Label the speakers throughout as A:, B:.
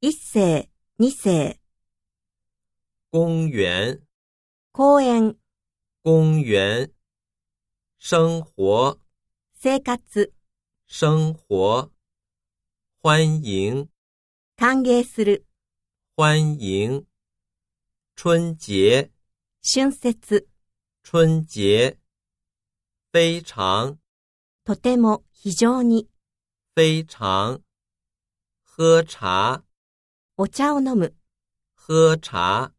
A: 一世、二世、
B: 公园，
A: 公園、
B: 公园。生活，
A: 生活、
B: 生活。欢迎，
A: 歓迎する、
B: 欢迎。春节，
A: 春節、
B: 春节。非常，
A: とても、非常に、
B: 非常。喝茶，
A: お茶を飲む、
B: 喝茶。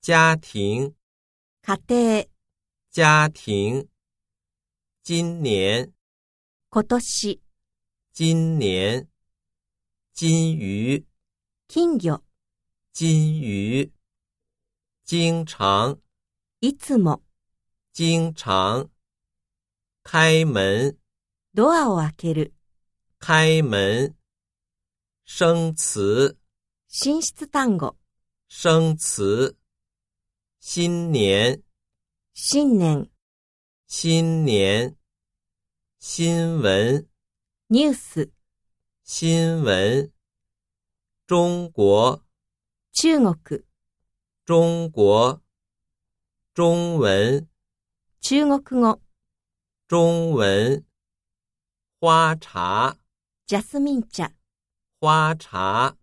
B: 家庭，
A: 家庭、
B: 家庭。今年，
A: 今年、
B: 今年。金鱼，
A: 金魚、
B: 金鱼。经常，
A: いつも、
B: 经常。开门，
A: ドアを開ける、
B: 开门。生词，
A: 進出単語、
B: 生词。新年，
A: 新年、
B: 新年。新闻，
A: ニュース、
B: 新闻。中国，
A: 中国、
B: 中国。中文，
A: 中国語、
B: 中文。花茶，
A: ジャスミン茶。
B: 花茶。